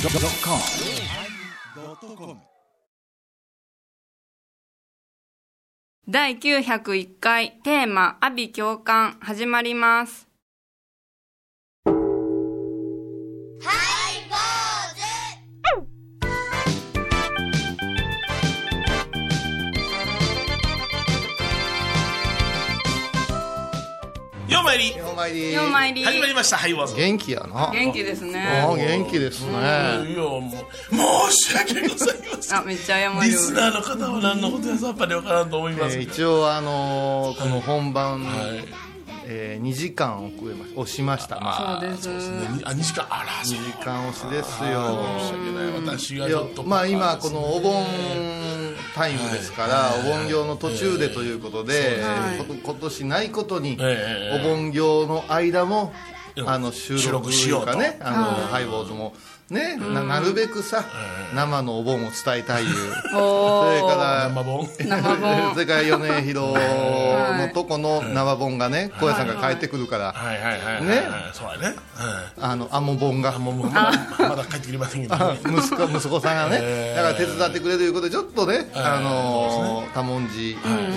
yosmir 第901回テーマ「阿鼻共感」始まりますようまいりお参り今日参り始まりましたハイボーズ元気やな元気ですああね元気ですねいやもう申し訳ございませんあめっちゃ謝リるスナーの方は何のことやさっぱりわからんと思いえます、ー一応あのーこの本番はいえ2時間遅れまし押しましたまあそうですあ西川あらそう2時間押しです申しよ訳ない私がいちやょっとまあ今このお盆タイムですからお盆行の途中でということではいこと今年ないことにえおえ盆行の間もうんあの収収録録としいよううとかねあのハイボーズもねななるべくさ生のお盆を伝えたいいう それから生本生そ本れから米広のとこの生本がね小屋さんが帰ってくるから、はいはいはいはい、ねはい、そうやね、はいあのアモ本があもうもうまだまだ帰ってきてませんけど、ね、 息子息子さんがえねーだから手伝ってくれるということでちょっとね、あのー多文字住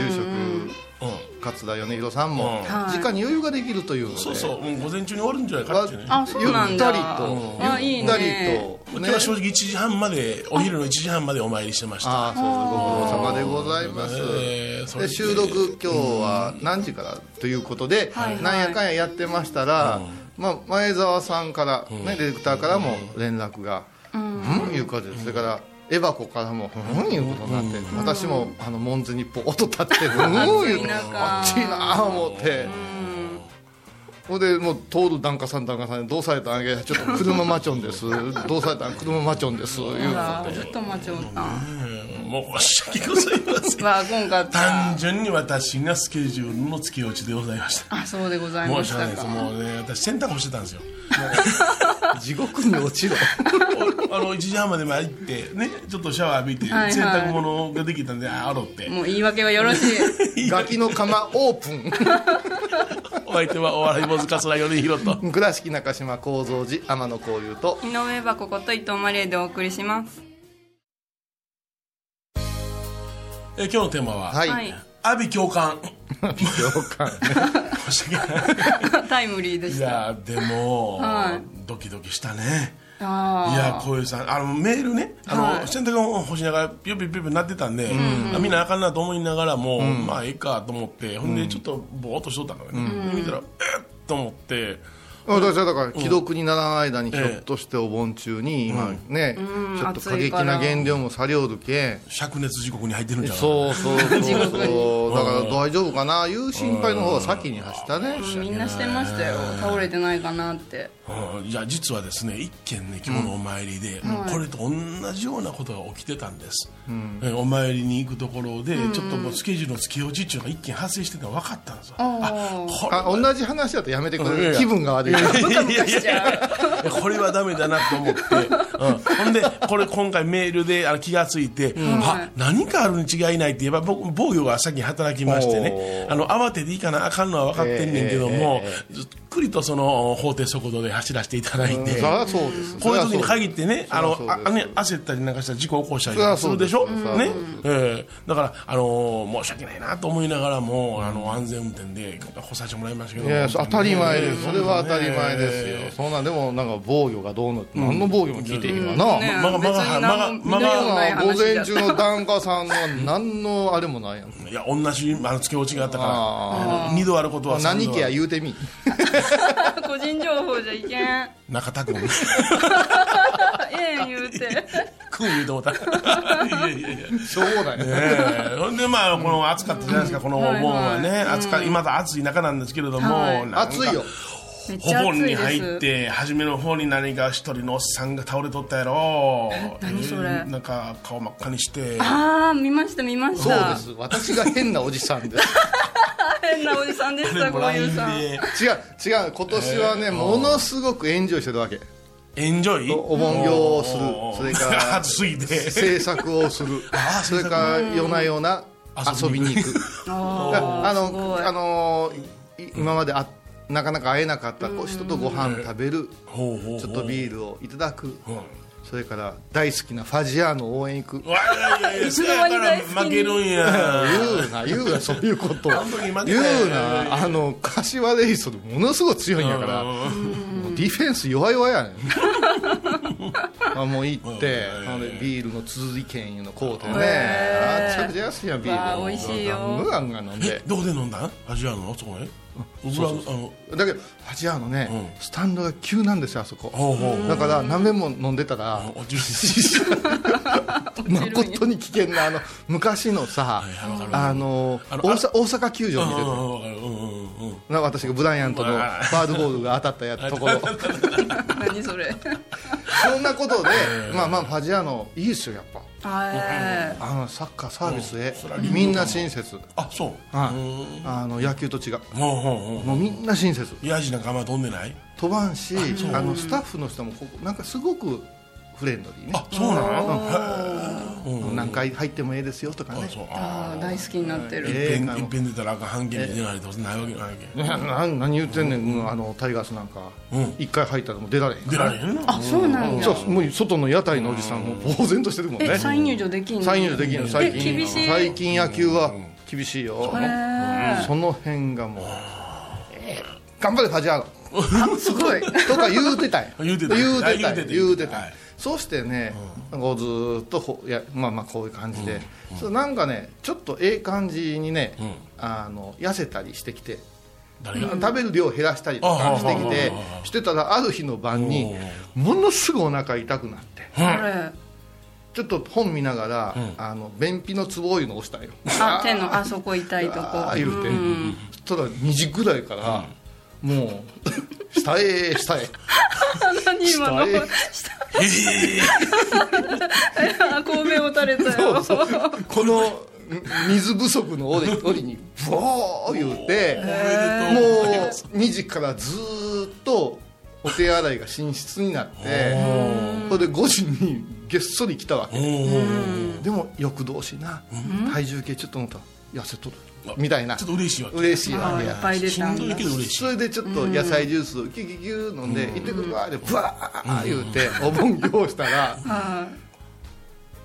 職、う勝田米広さんも、うん時間に余裕ができるというので、んそうそう、うん、午前中に終わるんじゃないかわっていうねあそうなんだあいゆいったりと、ゆね今ったりと、ね日は正直1時半までお昼の1時半までお参りしてましたああそうご苦労様でございます、えーそれでで収録今日は何時からということで、はいはいなんやかんややってましたら、まあ、前澤さんから、ねディレクターからも連絡が「うん」いうことですそれからエバコからも「うん」いうことになって、私もあの門前にポーッと 立って「うん」いうことあっちいなあ思って。ほんでもう通る檀家さん檀家さんに「どうされたんあげちょっと車マチョンです」「どうされたん車マチョンです」いうほのらずっと待ちおったん申し訳ございませんわあ今回単純に私がスケジュールの付け落ちでございましたあそうでございま申しし訳なたいですかもうね私洗濯干してたんです よ地獄に落ちろあの1時半まで前行ってねちょっとシャワー浴びてはいはい洗濯物ができたんであ洗ってもう言い訳はよろし いガキの釜オープンお相手はお笑い坊主桂米宏と倉敷中島幸三寺天野幸雄と井上はここと伊藤マリエでお送りしますえ今日のテーマははい、はい「阿鼻共感了解」申し訳ない タイムリーでいしたやでも、はいドキドキしたねいやあ小遊さんあのメールねあの、はい洗濯物干しながらピュピュピュピュなってたんで、あみんなあかんなと思いながらも、まあええかと思ってほんでちょっとぼーっとしとったのよね、で見たらえっと思って私はだから既読にならない間にひょっとしてお盆中に今ね、ちょっと過激な減量もさりおるけ灼熱時刻に入ってるんじゃないそうそうそうそうだから大丈夫かないう心配の方が先に走ったねあみんなしてましたよ倒れてないかなってうん、いや実はですね一件ね今日のお参りで、これと同じようなことが起きてたんです、えお参りに行くところで、ちょっともうスケジュールの付け落ちっていうのが一件発生してたのが分かったんですよあこれあ同じ話だとやめてくいやれいや気分が悪い いやいやいやこれはダメだなと思って、うん、ほんでこれ今回メールであの気がついて、あ何かあるに違いないって言えば僕防御が先に働きましてねあの慌てていいかなあかんのは分かってんねんけども、ゆっくりとその法定速度で走らせていただいて、そりゃそうですこういう時に限ってね、あのそ、りゃあそうですあね、焦ったりなんかしたら事故起こしたりそりゃすそるうででしすょそりゃそうね。ええだから、あのー申し訳ないなと思いながらも、あの、安全運転で干させてもらいましたけいやど。当たり前ですそれは当たりね前ですよそんなんでもなんか防御がどうのって何の防御も聞いていいわな、ねまままが別に何も見まがまがるようない午話だ前った中の檀家さんは何のあれもないやんいや、同じ、あの、付け落ちがあったからあ、うん二度あることは三何度あ家るや言うてみ 個人情報じゃいけん 中田 君。ええ言うて君言うと思った。 いやいやいや。しょうもないねええほんで、まあ、この暑かったじゃないですか、このお盆はね。暑か、今だ暑い中なんですけれどもはい。なんか 暑いよめっほちゃぼ暑いにです入って初めの方に何か一人のおっさんが倒れとったやろ何それうんなんか顔真っ赤にしてああ見ました見ましそうでたす私が変なおじさんです 変なおじさんでしたこういうさんで違う違う今年はねものすごくエンジョイしてるわけエンジョイおお盆業をするおーそれから 暑すぎて制作をする あーそれから夜な夜な遊びに行くああーすごいの、あのーい今まであなかなか会えなかった人とご飯食べる、ほうほうほうちょっとビールをいただく、うんそれから大好きなファジアーノを応援行くうわいやいやいやそやから負けるんや言うな言うなそういうことあん時負け言たうなあの柏レイソルものすごい強いんやからもうディフェンス弱々やねん あもう行ってうんなのでビールの続きんいうの買うてねへーあっちゃくちゃ安いやんビわあール美味しいよガンガンガン飲んでえどこで飲んだんアジアのそこね僕はあのだけどファジアーノね、スタンドが急なんですよあそこほうほうほうだから何べも飲んでたらあ落 ちる誠に危険なあの昔のさあのあ大の阪大阪球場うんにう出てんうんわかるうんうんうんな私がブライアントのバードボールが当たったやつとこ ろ何それそんなことでまあまあファジアーノいいですよやっぱああのサッカーサービスへそりゃいいよみんな親切あそうはいうんあの野球と違うほうほうほもうみんな親切うヤジなんかあんま飛んでない飛ばんしあのスタッフの人もここなんかすごくフレンドリーねあそうなの何回入ってもええですよとかねあそうああー大好きになってるえいっぺん映画のいっぺん出たらあかん半減で出ないとないわけないわけいやな何言ってんねん、うんあのタイガースなんかうん一、回入ったらもう出られへん出られへんのあそうなんだそうもう外の屋台のおじさんも呆然としてるもんねえ再入場できんの再入場できんの最え厳近しい最近野球は厳しいよその辺がもうえー頑張れファジアーノすごいとか言うてたんや言うてた言うてたんあ言うてやた言うてたんやはいそうしてねこうずーっとほいやまあまあこういう感じでそうなんかねちょっとええ感じにねんあの痩せたりしてきて誰が食べる量を減らしたりとかしてきてあしてたらある日の晩にものすぐお腹痛くなってあれちょっと本見ながら、あの便秘のツボいうの押したんよあ手のあそこ痛いとこああ言うてそしたら2時ぐらいから、もう下へ下へ何今の下へ あ孔明を垂れたよこのん水不足の 折折にボー言うてもう2時からずーっとお手洗いが寝室になってそれで5時にげっそり来たわけでも欲動しな、体重計ちょっと乗ったら痩せとるみたいなちょっと嬉しいわけ嬉しいあわあけいやっぱい出したんんどいだけど嬉しいそれでちょっと野菜ジュースをキュキュキュ飲んで「行ってくるわ」でブワー言うてお盆行したらは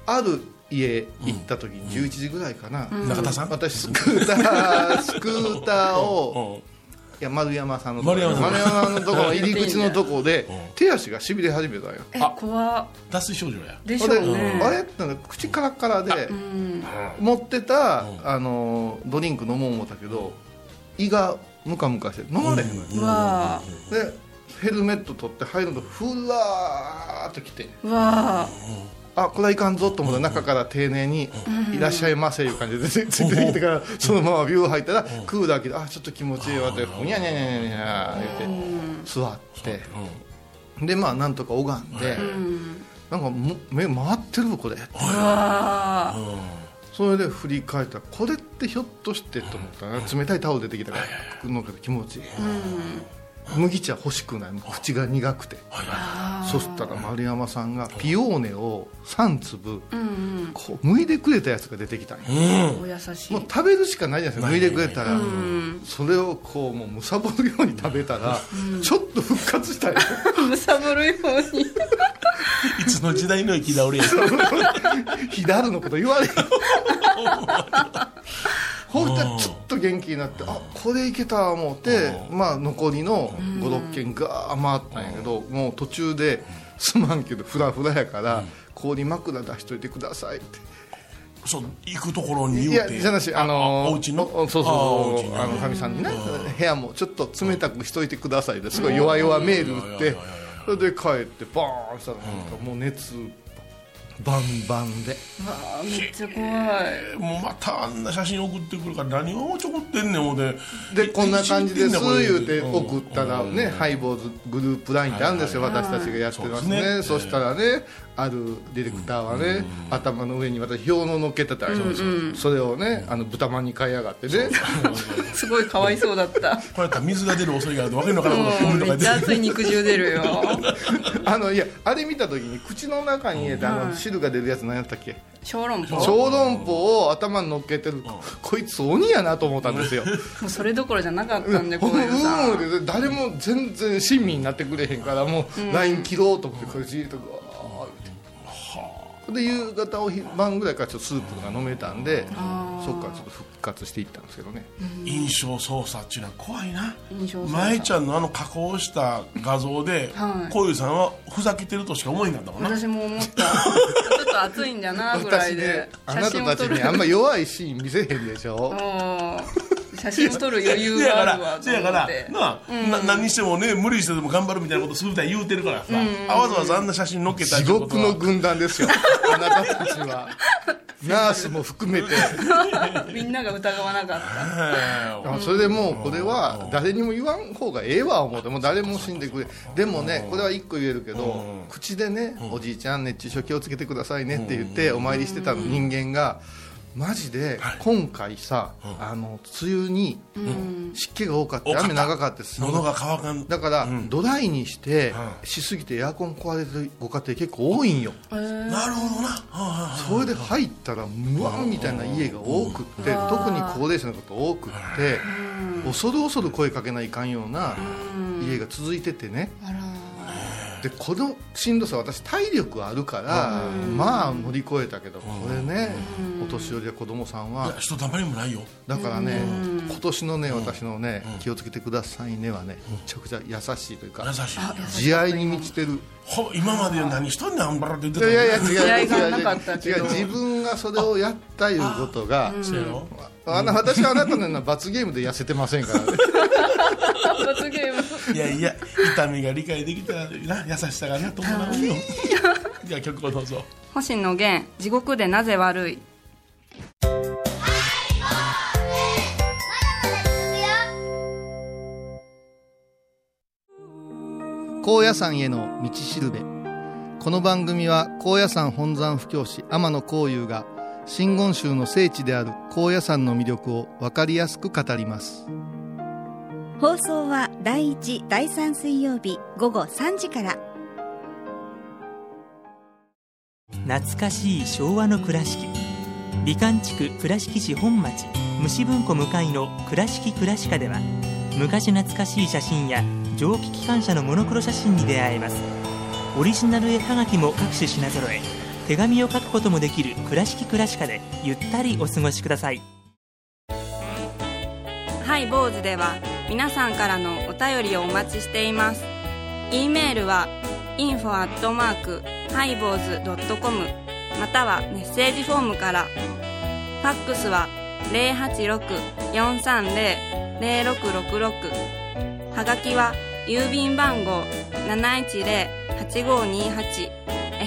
ある家行った時に11時ぐらいかな中田さん私スクータースクーターをうんいや丸山さんのとこ丸山さんのとこの入り口のとこで手足がしびれ始めたんよいえ怖っ脱水症状やでしほょんでうあねれってなんか口カラッカラで持ってたあのドリンク飲もう思ったけど胃がムカムカして飲まれへんのようわあでヘルメット取って入るとふらーっと来てうわああこれはいかんぞと思ったら中から丁寧に「いらっしゃいませ」いう感じでついついてきてからそのままビュー入ったらクーラー開けて「あちょっと気持ちいいわ」って「にゃにゃにゃにゃにゃ」言って座ってでまあなんとか拝んでなんかも目回ってるこれうわあそれで振り返ったらこれってひょっとしてと思ったら冷たいタオル出てきたからの気持ちいい麦茶欲しくないもう口が苦くてそしたら丸山さんがピオーネを3粒こう剥いでくれたやつが出てきたんよお優しもうい食べるしかないじゃないですか剥いでくれたらそれをこうもうむさぼるように食べたらちょっと復活 したよむさぼるようにいつの時代の生き倒れやひだるのこと言われ るほうしたらちょっと元気になってあこれいけた思ってまあ残りの56軒が回ったんやけどもう途中で「すまんけどフラフラやから氷枕出しといてください」ってそう行くところにい言やうてじゃなしあのーあお家のおそうあお家そうそうのあのかみさんにね部屋もちょっと冷たくしといてくださいですごい弱々メール打いっやいやいやいてやそれで帰ってバーンしたらなんかもう熱バンバンであめっちゃ怖いもうまたあんな写真送ってくるから何をちょこってんねん思うてでこんな感じです一日行言っうててんねんこれ送ったらねハイボーズグループラインってあるんですよ私たちがやってまそうすですねねそしたらねあるディレクターはね頭の上に私氷の乗っけてたりするんですよそれをねあの豚まんに買いやがってねすごいかわいそうだったこれやったら水が出る恐れがあるとわけのわからんこともう米とめっかちゃ出熱い肉汁出るよ あのいやあれ見た時に口の中に入れてあの汁が出るやつ何やったっけ小籠包小籠包を頭に乗っけてる、こいつ鬼やなと思ったんですよ、もうそれどころじゃなかったんでほこんういうさんうん誰も全然親身になってくれへんからもう LINE 切ろうと思ってこれじーっとこうで夕方お昼晩ぐらいからちょっとスープが飲めたんでそっからちょっと復活していったんですけどね印象操作っていうのは怖いな印象操作舞ちゃんのあの加工した画像ではいこういうさんはふざけてるとしか思えんかったもんな私も思ったちょっと暑いんだなぐら私いねであ写な真たをた撮ちるにあんま弱いシーン見せへんでしょもう写真を撮る余裕せやかがあるわらとせや思かっらてなあな何にしてもね無理してでも頑張るみたいなことするみたいに言うてるからさあわざわざあんな写真載っけたり地ってこと獄はの軍団ですよ あなたたちは ナースも含めてみんなが疑わなかったあそれでもうこれは誰にも言わん方がええわ思ってもう誰も死んでくれでもねこれは一個言えるけど口でねおじいちゃん熱中症気をつけてくださいねって言ってお参りしてた人間がマジで今回さあの梅雨に湿気が多かった雨長かったです喉が乾かんだからドライにしてしすぎてエアコン壊れてるご家庭結構多いんよなるほどなはあはあそれで入ったらむわんみたいな家が多くって特に高齢者の方多くって恐る恐る声かけないかんような家が続いててねあらでこのしんどさ私体力あるからまあ乗り越えたけどこれねお年寄りや子供さんいはや人たまりもないよだからね今年のね私のね気をつけてくださいねはねめちゃくちゃ優しいという優かしい慈愛に満ちてるほ今まで何しとんねんあんばらって言っていたやのいにやいや違う違気合がうなかったけ違う違どう自分がそれをやったいうことがそうやろあの私はあなたのような罰ゲームで痩せてません からね罰ゲームいやいや痛みが理解できたらな優しさがな伴うよじゃあ曲をどうぞ星野源地獄でなぜ悪い高野山への道しるべこの番組は高野山本山布教師天野幸雄が真言宗の聖地である高野山の魅力を分かりやすく語ります放送は第1、第3水曜日午後3時から。懐かしい昭和の倉敷美観地区倉敷市本町虫文庫向かいの「倉敷倉敷科」では昔懐かしい写真や蒸気機関車のモノクロ写真に出会えますオリジナル絵はがきも各種品揃え手紙を書くこともできる「倉敷倉敷科」でゆったりお過ごしくださいハイボーズでは皆さんからのお便りをお待ちしています。e メールは info アットマークハイボーズドットコムまたはメッセージフォームから。ファックスは086-430-0666はがきは郵便番号710-8528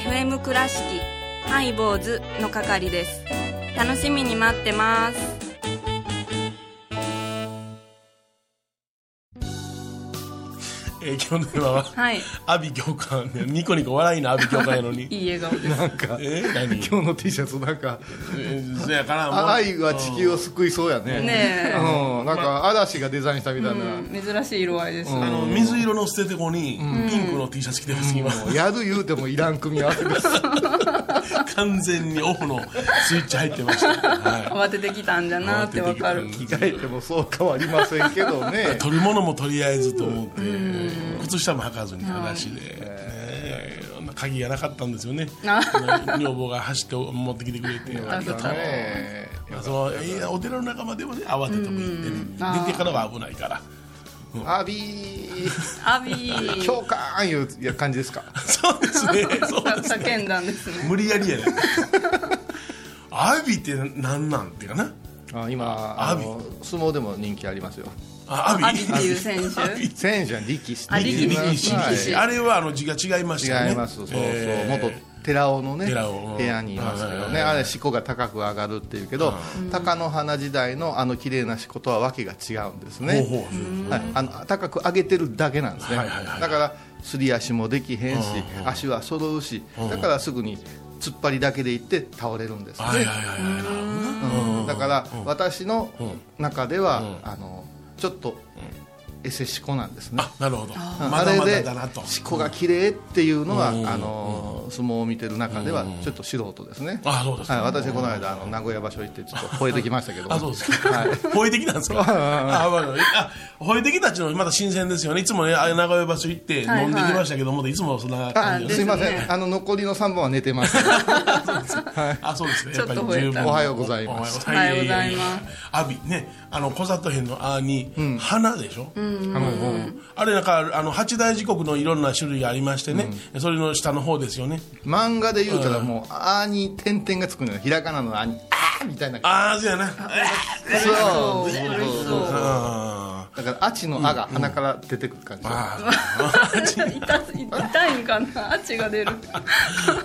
FM 倉敷ハイボーズの係です。楽しみに待ってます。えー今日のテーマははい。阿ビ教官ねニコニコ笑いの阿ビ教官やのにいい笑顔です。なんかえー何今日の T シャツなんかえーそやからもうあ愛は地球を救いそうやねね えうん、なんか嵐がデザインしたみたいな、うん、珍しい色合いですあね、の水色の捨ててこにピンクの T シャツ着てます今もうやる言うてもいらん組み合わせです完全にオフのスイッチ入ってましたは慌ててきたんじゃいなってわかる慌て着てきた替えてもそう変わりませんけど ね取り物もとりあえずと思って靴下も履かずに話で、ねえ鍵がなかったんですよね女房が走って持ってきて くれてありがとうねまあそのいやお寺の仲間でもね慌ててもいいってね出てからは危ないからアビーアビー共感いういや感じですかそうですねそうですね叫んだんですね無理やりやねアビってなんなんっていうかなあ今あの相撲でも人気ありますよあアビアビっていう選手アビ選手は力士あ力士力力士はい力士あれはあの字が違いましたね違いますそうそう、えー元寺尾のね寺尾うん部屋にいますけどはねあれ四股が高く上がるっていうけど鷹の花時代のあの綺麗な四股とはわけが違うんですねほうほうはい、あの高く上げてるだけなんですね、はいはいはいだからすり足もできへんし、足は揃うし、だからすぐに突っ張りだけでいって倒れるんです、ねはいはいはいはいなるほどなだから私の中では、あのちょっとエセ思考なんですねあなるほどうんまだまあれだでだな思と考が綺麗っていうのは、うんあのー相撲を見てる中ではちょっと素人ですね、あそうですかはい、私この間あの名古屋場所行ってちょっと吠えてきましたけどあそうですか、はい吠えてきたんですかあ、まあ、あ吠えてきたっていうのはまた新鮮ですよねいつもねあ名古屋場所行ってはい飲んできましたけども、いつもそんなあ感じあですいません、ですねあの残りの3本は寝てますあそうですねちやょっっとぱり吠えた十分おはようございますおはようございますす阿炎ねあの小里編の「あ」に「花」でしょ、花うんあれなんかあの八大時刻のいろんな種類がありましてね、それの下の方ですよね漫画で言うたらもう「あ」に点々がつくのよひらがなの「あ」に「あ」みたいなああそうやなそう美そう味しそうあだから「あち」の「あ」が鼻から出てくる感じ、あ 痛す痛いんかな血が出る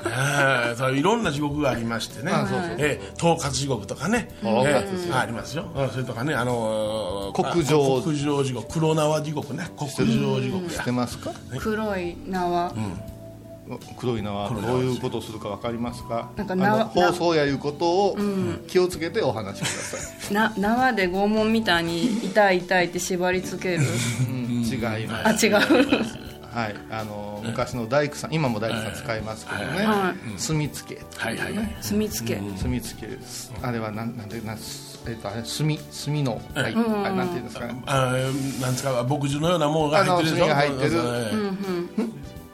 ええそれいろんな地獄がありましてね、あそうそうええ統括地獄とかね、統括ええありますよ、うんそれとかね、あのー国情あ国情地獄、黒縄地獄ね、国情地獄知やって、ますか黒い縄黒い縄どういうことをするかわかりますかなんかあ縄の放送やいうことを気をつけてお話しください、な縄で拷問みたいに痛い痛いって縛りつけるうん違いまあす違うはい、あの昔の大工さん今も大工さん使いますけどね、は墨付けはいはいはい、墨みつけ、墨付けですあれはなんなんてなんすえっとあれ墨墨のはい、あなんていうんですかねあーなんですか、牧汁のようなものが入ってるでしょ、あの炭が入ってるうん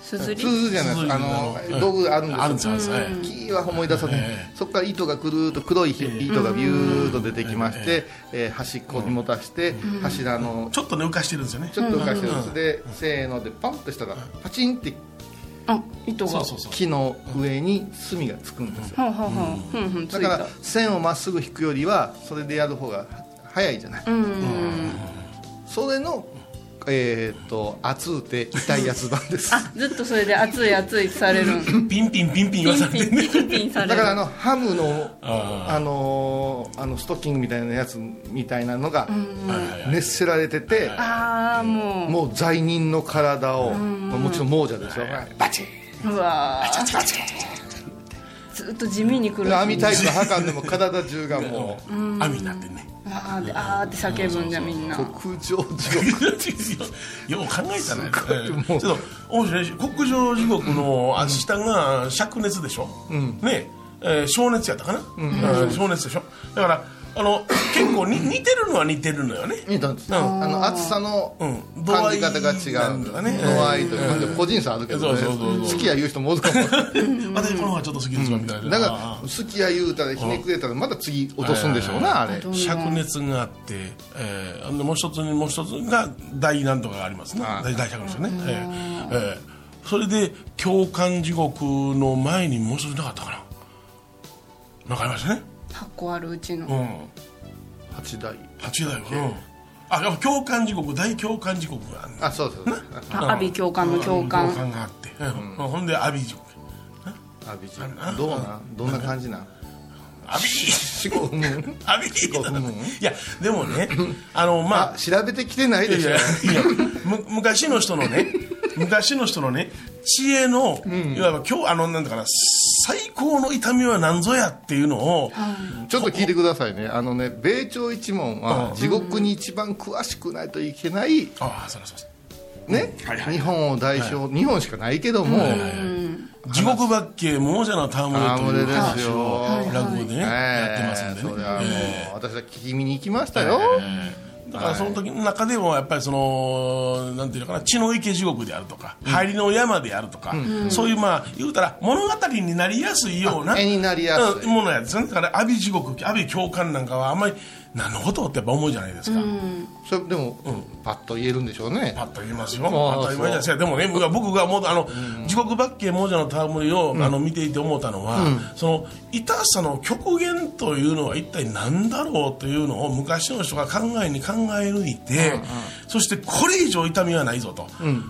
すず鈴りじゃないですあ鈴のの道具あるんですよあるんですよ、はいキーは思い出さない、えそこから糸がくるーっと黒いひ糸がビューッと出てきまして、えー端っこに持たして、柱のちょっとね、浮かしてるんですよね、ちょっと浮かしてるんです、でせーのでパンとしたらパチンってあ糸がそうそうそう、木の上に墨がつくんですよはあ、はあはあ、ふんふんつだいかたら線をまっすぐ引くよりはそれでやる方が早いじゃない、うんうんそれのえーっと熱うて痛いやつなんですあずっとそれで熱い熱いってされるんピンピンピンピンピン言わされピてンね、ピンピンさだれるからあのハムのあーあのーあのストッキングみたいなやつみたいなのがはいはいはい熱せられてて、ああもうもう罪人の体を、まあもちろん亡者ですよ、バチうわーずっと地味に苦しンむ網タイプの破んでも体中がもう網になってね。あーであーって叫ぶんじゃみんな極 上地獄よう考えたね、ちょっと面白い国上地獄のあ下が灼熱でしょ、ねえー灼熱やったかな、うん灼熱でしょだからあの結構に似てるのは似てるのよね似たんですよあの暑さのうん感じ方が違度合いなうんんだだねね度合いというかでも個人差あるけどねそうそうそうそう好きや言う人もおるかも私この方がちょっと好きですわみたいなだから好きや言うたらひねくれたらまた次落とすんでしょうなあれ灼熱があって、えー、でもう一つにもう一つが大なんとかがありますねああ大大灼熱ね、えーえーそれで共感地獄の前にもう一つなかったかななんかありましたね8個あるうちの、うん八代八代は、うん、あでも共感時刻大共感時刻があるあそうそうそうあ阿鼻教官の教官、共感があって、うんほんで阿鼻時刻阿ビちゃんどうなんどんな 感じなん阿鼻四五分阿鼻時刻うんいやでもねあのまああ調べてきてないいやでいしょやいやむ昔の人の ね昔の人のね知恵の、いわば今日あのなんだかな最高の痛みは何ぞやっていうのを、ちょっと聞いてくださいねあのね米朝一門は地獄に一番詳しくないといけないああそうそうそうねはいはい日本を代表日本しかないけども地獄ばっけ亡者の戯れという戯れで話すをよ落語でね、やってますんでねええそれはもう私は聞き見に行きましたよだからその時の中でもやっぱりそのなんていうのかな血の池地獄であるとか、入りの山であるとか、そういうまあ言うたら物語になりやすいような絵になりやすいうんものやですよねだから阿鼻地獄阿鼻教官なんかはあんまり何のことってやっぱ思うじゃないですか、それでもパッと言えるんでしょうねパッと言いますよああ当たり前ですよでもね僕が僕がもうあの、地獄ばっけ亡者の戯れを、あの見ていて思ったのは、その痛さの極限というのは一体何だろうというのを昔の人が考えに考え抜いて、そしてこれ以上痛みはないぞと、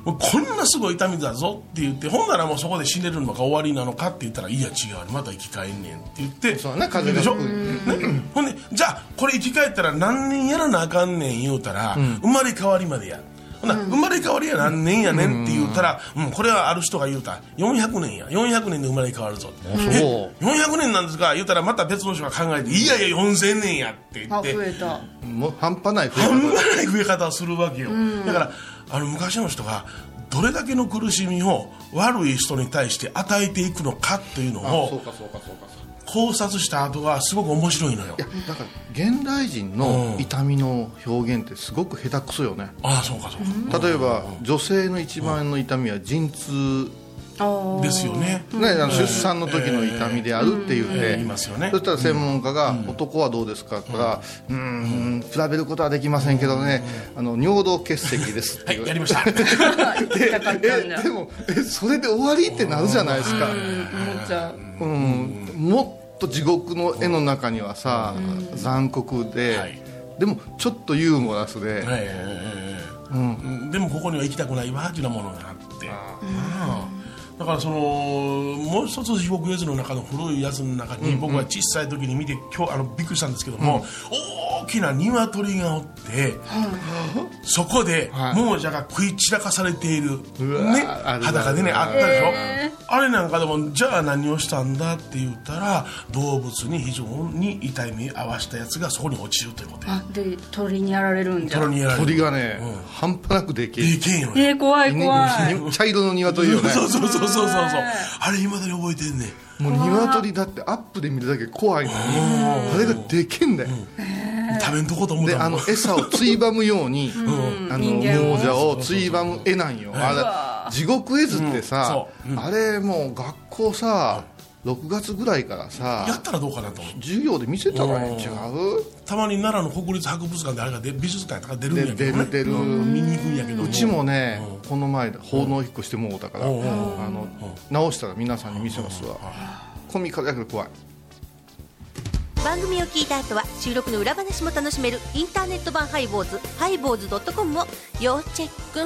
もうこんなすごい痛みだぞって言ってほんならもうそこで死ねるのか終わりなのかって言ったらいや違うまた生き返んねんって言ってそうね風がでしょ、吹くね、ほんでじゃあこれ生き返ったら何年やらなあかんねん言うたら、生まれ変わりまでやほほな生まれ変わりや何年やねんって言うたら、うん、これはある人が言うた400年や400年で生まれ変わるぞってあそう400年なんですか言うたらまた別の人が考えていやいや4000年やって言あって増えたもう半端ない増え半方端ない増え方をするわけよ、だからあの昔の人がどれだけの苦しみを悪い人に対して与えていくのかというのあそうをかそうかそうかそうか考察した後はすごく面白いのよいやだから現代人の痛みの表現ってすごく下手くそよねああそうかそうか、例えば女性の一番の痛みは陣痛ああですよね、ね、あの出産の時の痛みであるっていうね、言いますよねそしたら専門家が、男はどうですかって言ったら、うーん、比べることはできませんけどね、あの尿道結石ですっては言いわやれりて、ました引っかかったんだえでもえ、それで終わりってなるじゃないですか、思っちゃううん、もっと地獄の絵の中にはさ、残酷で、はいでもちょっとユーモラスで、はいはいはいはいうんでもここには行きたくないわっていうようなものがあってうんだからそのもう一つ「地獄絵図」の中の古いやつの中に僕は小さい時に見て今日あのびっくりしたんですけども、大きな鶏がおって、そこではい亡者が食い散らかされている、うわね、あるある裸でねあったでしょ、あれなんかでもじゃあ何をしたんだって言ったら動物に非常に痛い目合わせたやつがそこに落ちるということやあで鳥にやられるんじゃ虎にやられる鳥がね、うん半端なくできでる、けえよねえー、怖いね怖い茶色の鶏よね。そうそうそうそうそうそうねあれいまだに覚えてんねんもう鶏だってアップで見るだけ怖いのにあれがでけんだよ、食べんとこと思っでたあものん餌をついばむように、あの人間を亡者をついばむ絵なんよあれ地獄絵図ってさ、うんそううんあれもう学校さ6月ぐらいからやさったらどうかなと思って授業で見せたらいいん違うたまに奈良の国立博物館であれがで美術館とか出るんでやけ出どねる出る、見に行くんやけどうちもね、この前奉納引っ越してもうたから、うんあの直したら皆さんに見せますわ、コミカルやけど怖い番組を聞いた後は収録の裏話も楽しめるインターネット版ハイボーズハイボーズドットコムを要チェック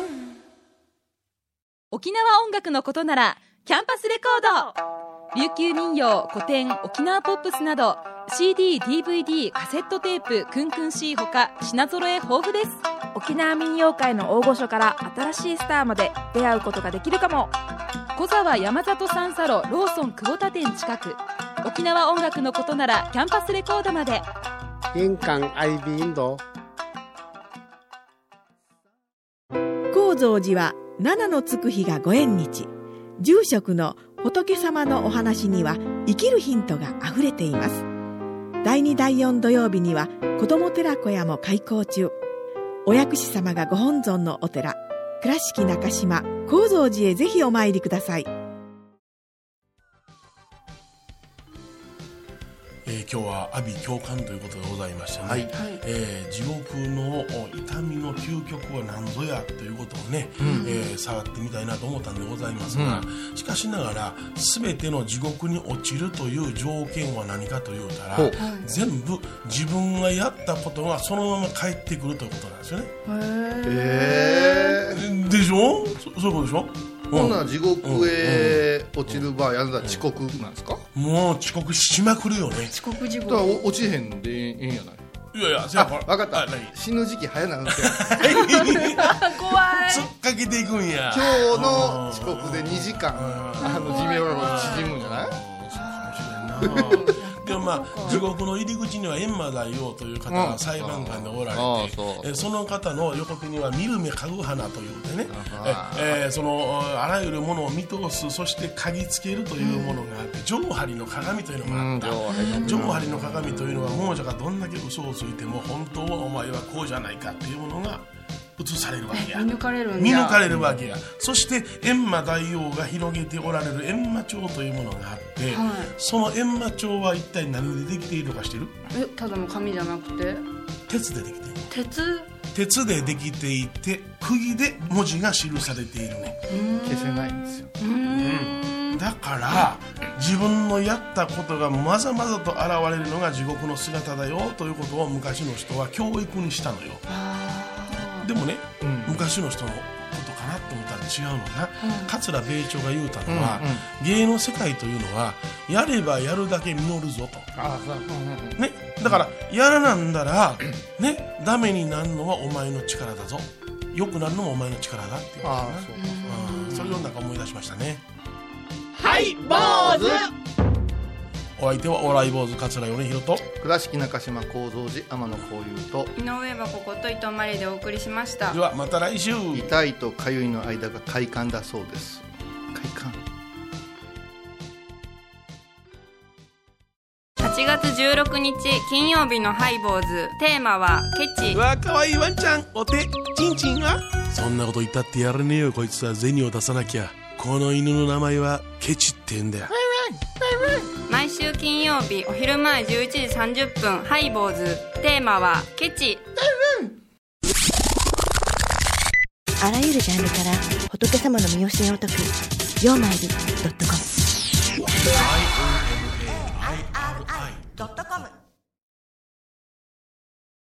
沖縄音楽のことならキャンパスレコード琉球民謡古典沖縄ポップスなど CDDVD カセットテープクンクン C ほか品揃え豊富です沖縄民謡界の大御所から新しいスターまで出会うことができるかも小沢山里三佐路ローソン久保田店近く沖縄音楽のことならキャンパスレコードまで玄関アイビーインド高蔵寺は七のつく日がご縁日住職の仏様のお話には生きるヒントがあふれています第2第4土曜日には子ども寺小屋も開校中お薬師様がご本尊のお寺倉敷中島・高蔵寺へぜひお参りくださいえー今日は阿鼻共感ということでございましてね、はいえー地獄のお痛みの究極は何ぞやということをね、えー触ってみたいなと思ったんでございますが、しかしながら全ての地獄に落ちるという条件は何かというたらほう全部自分がやったことがそのまま返ってくるということなんですよね。えーでしょそそういうことでしょほんなら地獄へ落ちる場合あなた遅刻なんですか、うんもう遅刻しまくるよね。遅刻事だから故お落ちへんのでいいんやないいやいや、せあやから分かったあ 何死ぬ時期早なるん ですよ怖い突っかけていくんや。今日の遅刻で2時間あの寿命が縮むんじゃないそうか もしれんなでもまあ地獄の入り口には閻魔大王という方うがん裁判官でおられああて、そうえその方の横手には見る目かぐ花というてねあええーそのあらゆるものを見通すそして嗅ぎつけるというものがあって上張の鏡というのがあった上張の鏡というのは亡者がどんだけ嘘をついても本当はお前はこうじゃないかっていうものが映されるわけや見抜かれるんだ見抜かれるわけやそして閻魔大王が広げておられる閻魔帳というものがあって、はいその閻魔帳は一体何でできているのかしてるえただの紙じゃなくて鉄でできている鉄鉄でできていて釘で文字が記されているね消せないんですようーんだから自分のやったことがまざまざと現れるのが地獄の姿だよということを昔の人は教育にしたのよでもね、昔の人のことかなと思ったら違うのな、桂米朝が言うたのは、芸の世界というのはやればやるだけ実るぞとああそうね、だからやらなんだら、ね、ダメになるのはお前の力だぞ良くなるのもお前の力だっていうことかなうんそれをなんか思い出しましたねはい坊主お相手はお笑い坊主桂米宏と倉敷中島幸三寺天野幸雄と井上はここと伊藤マリでお送りしましたではまた来週痛いと痒いの間が快感だそうです快感8月16日金曜日のハイボーズテーマはケチうわかわいいワンちゃんお手チンチンはそんなこと言ったってやらねえよこいつは銭を出さなきゃこの犬の名前はケチって言うんだよ毎週金曜日お昼前11時30分ハイボーズテーマはケチあらゆるジャンルから仏様の身教えを解く「曜マイルドットコム」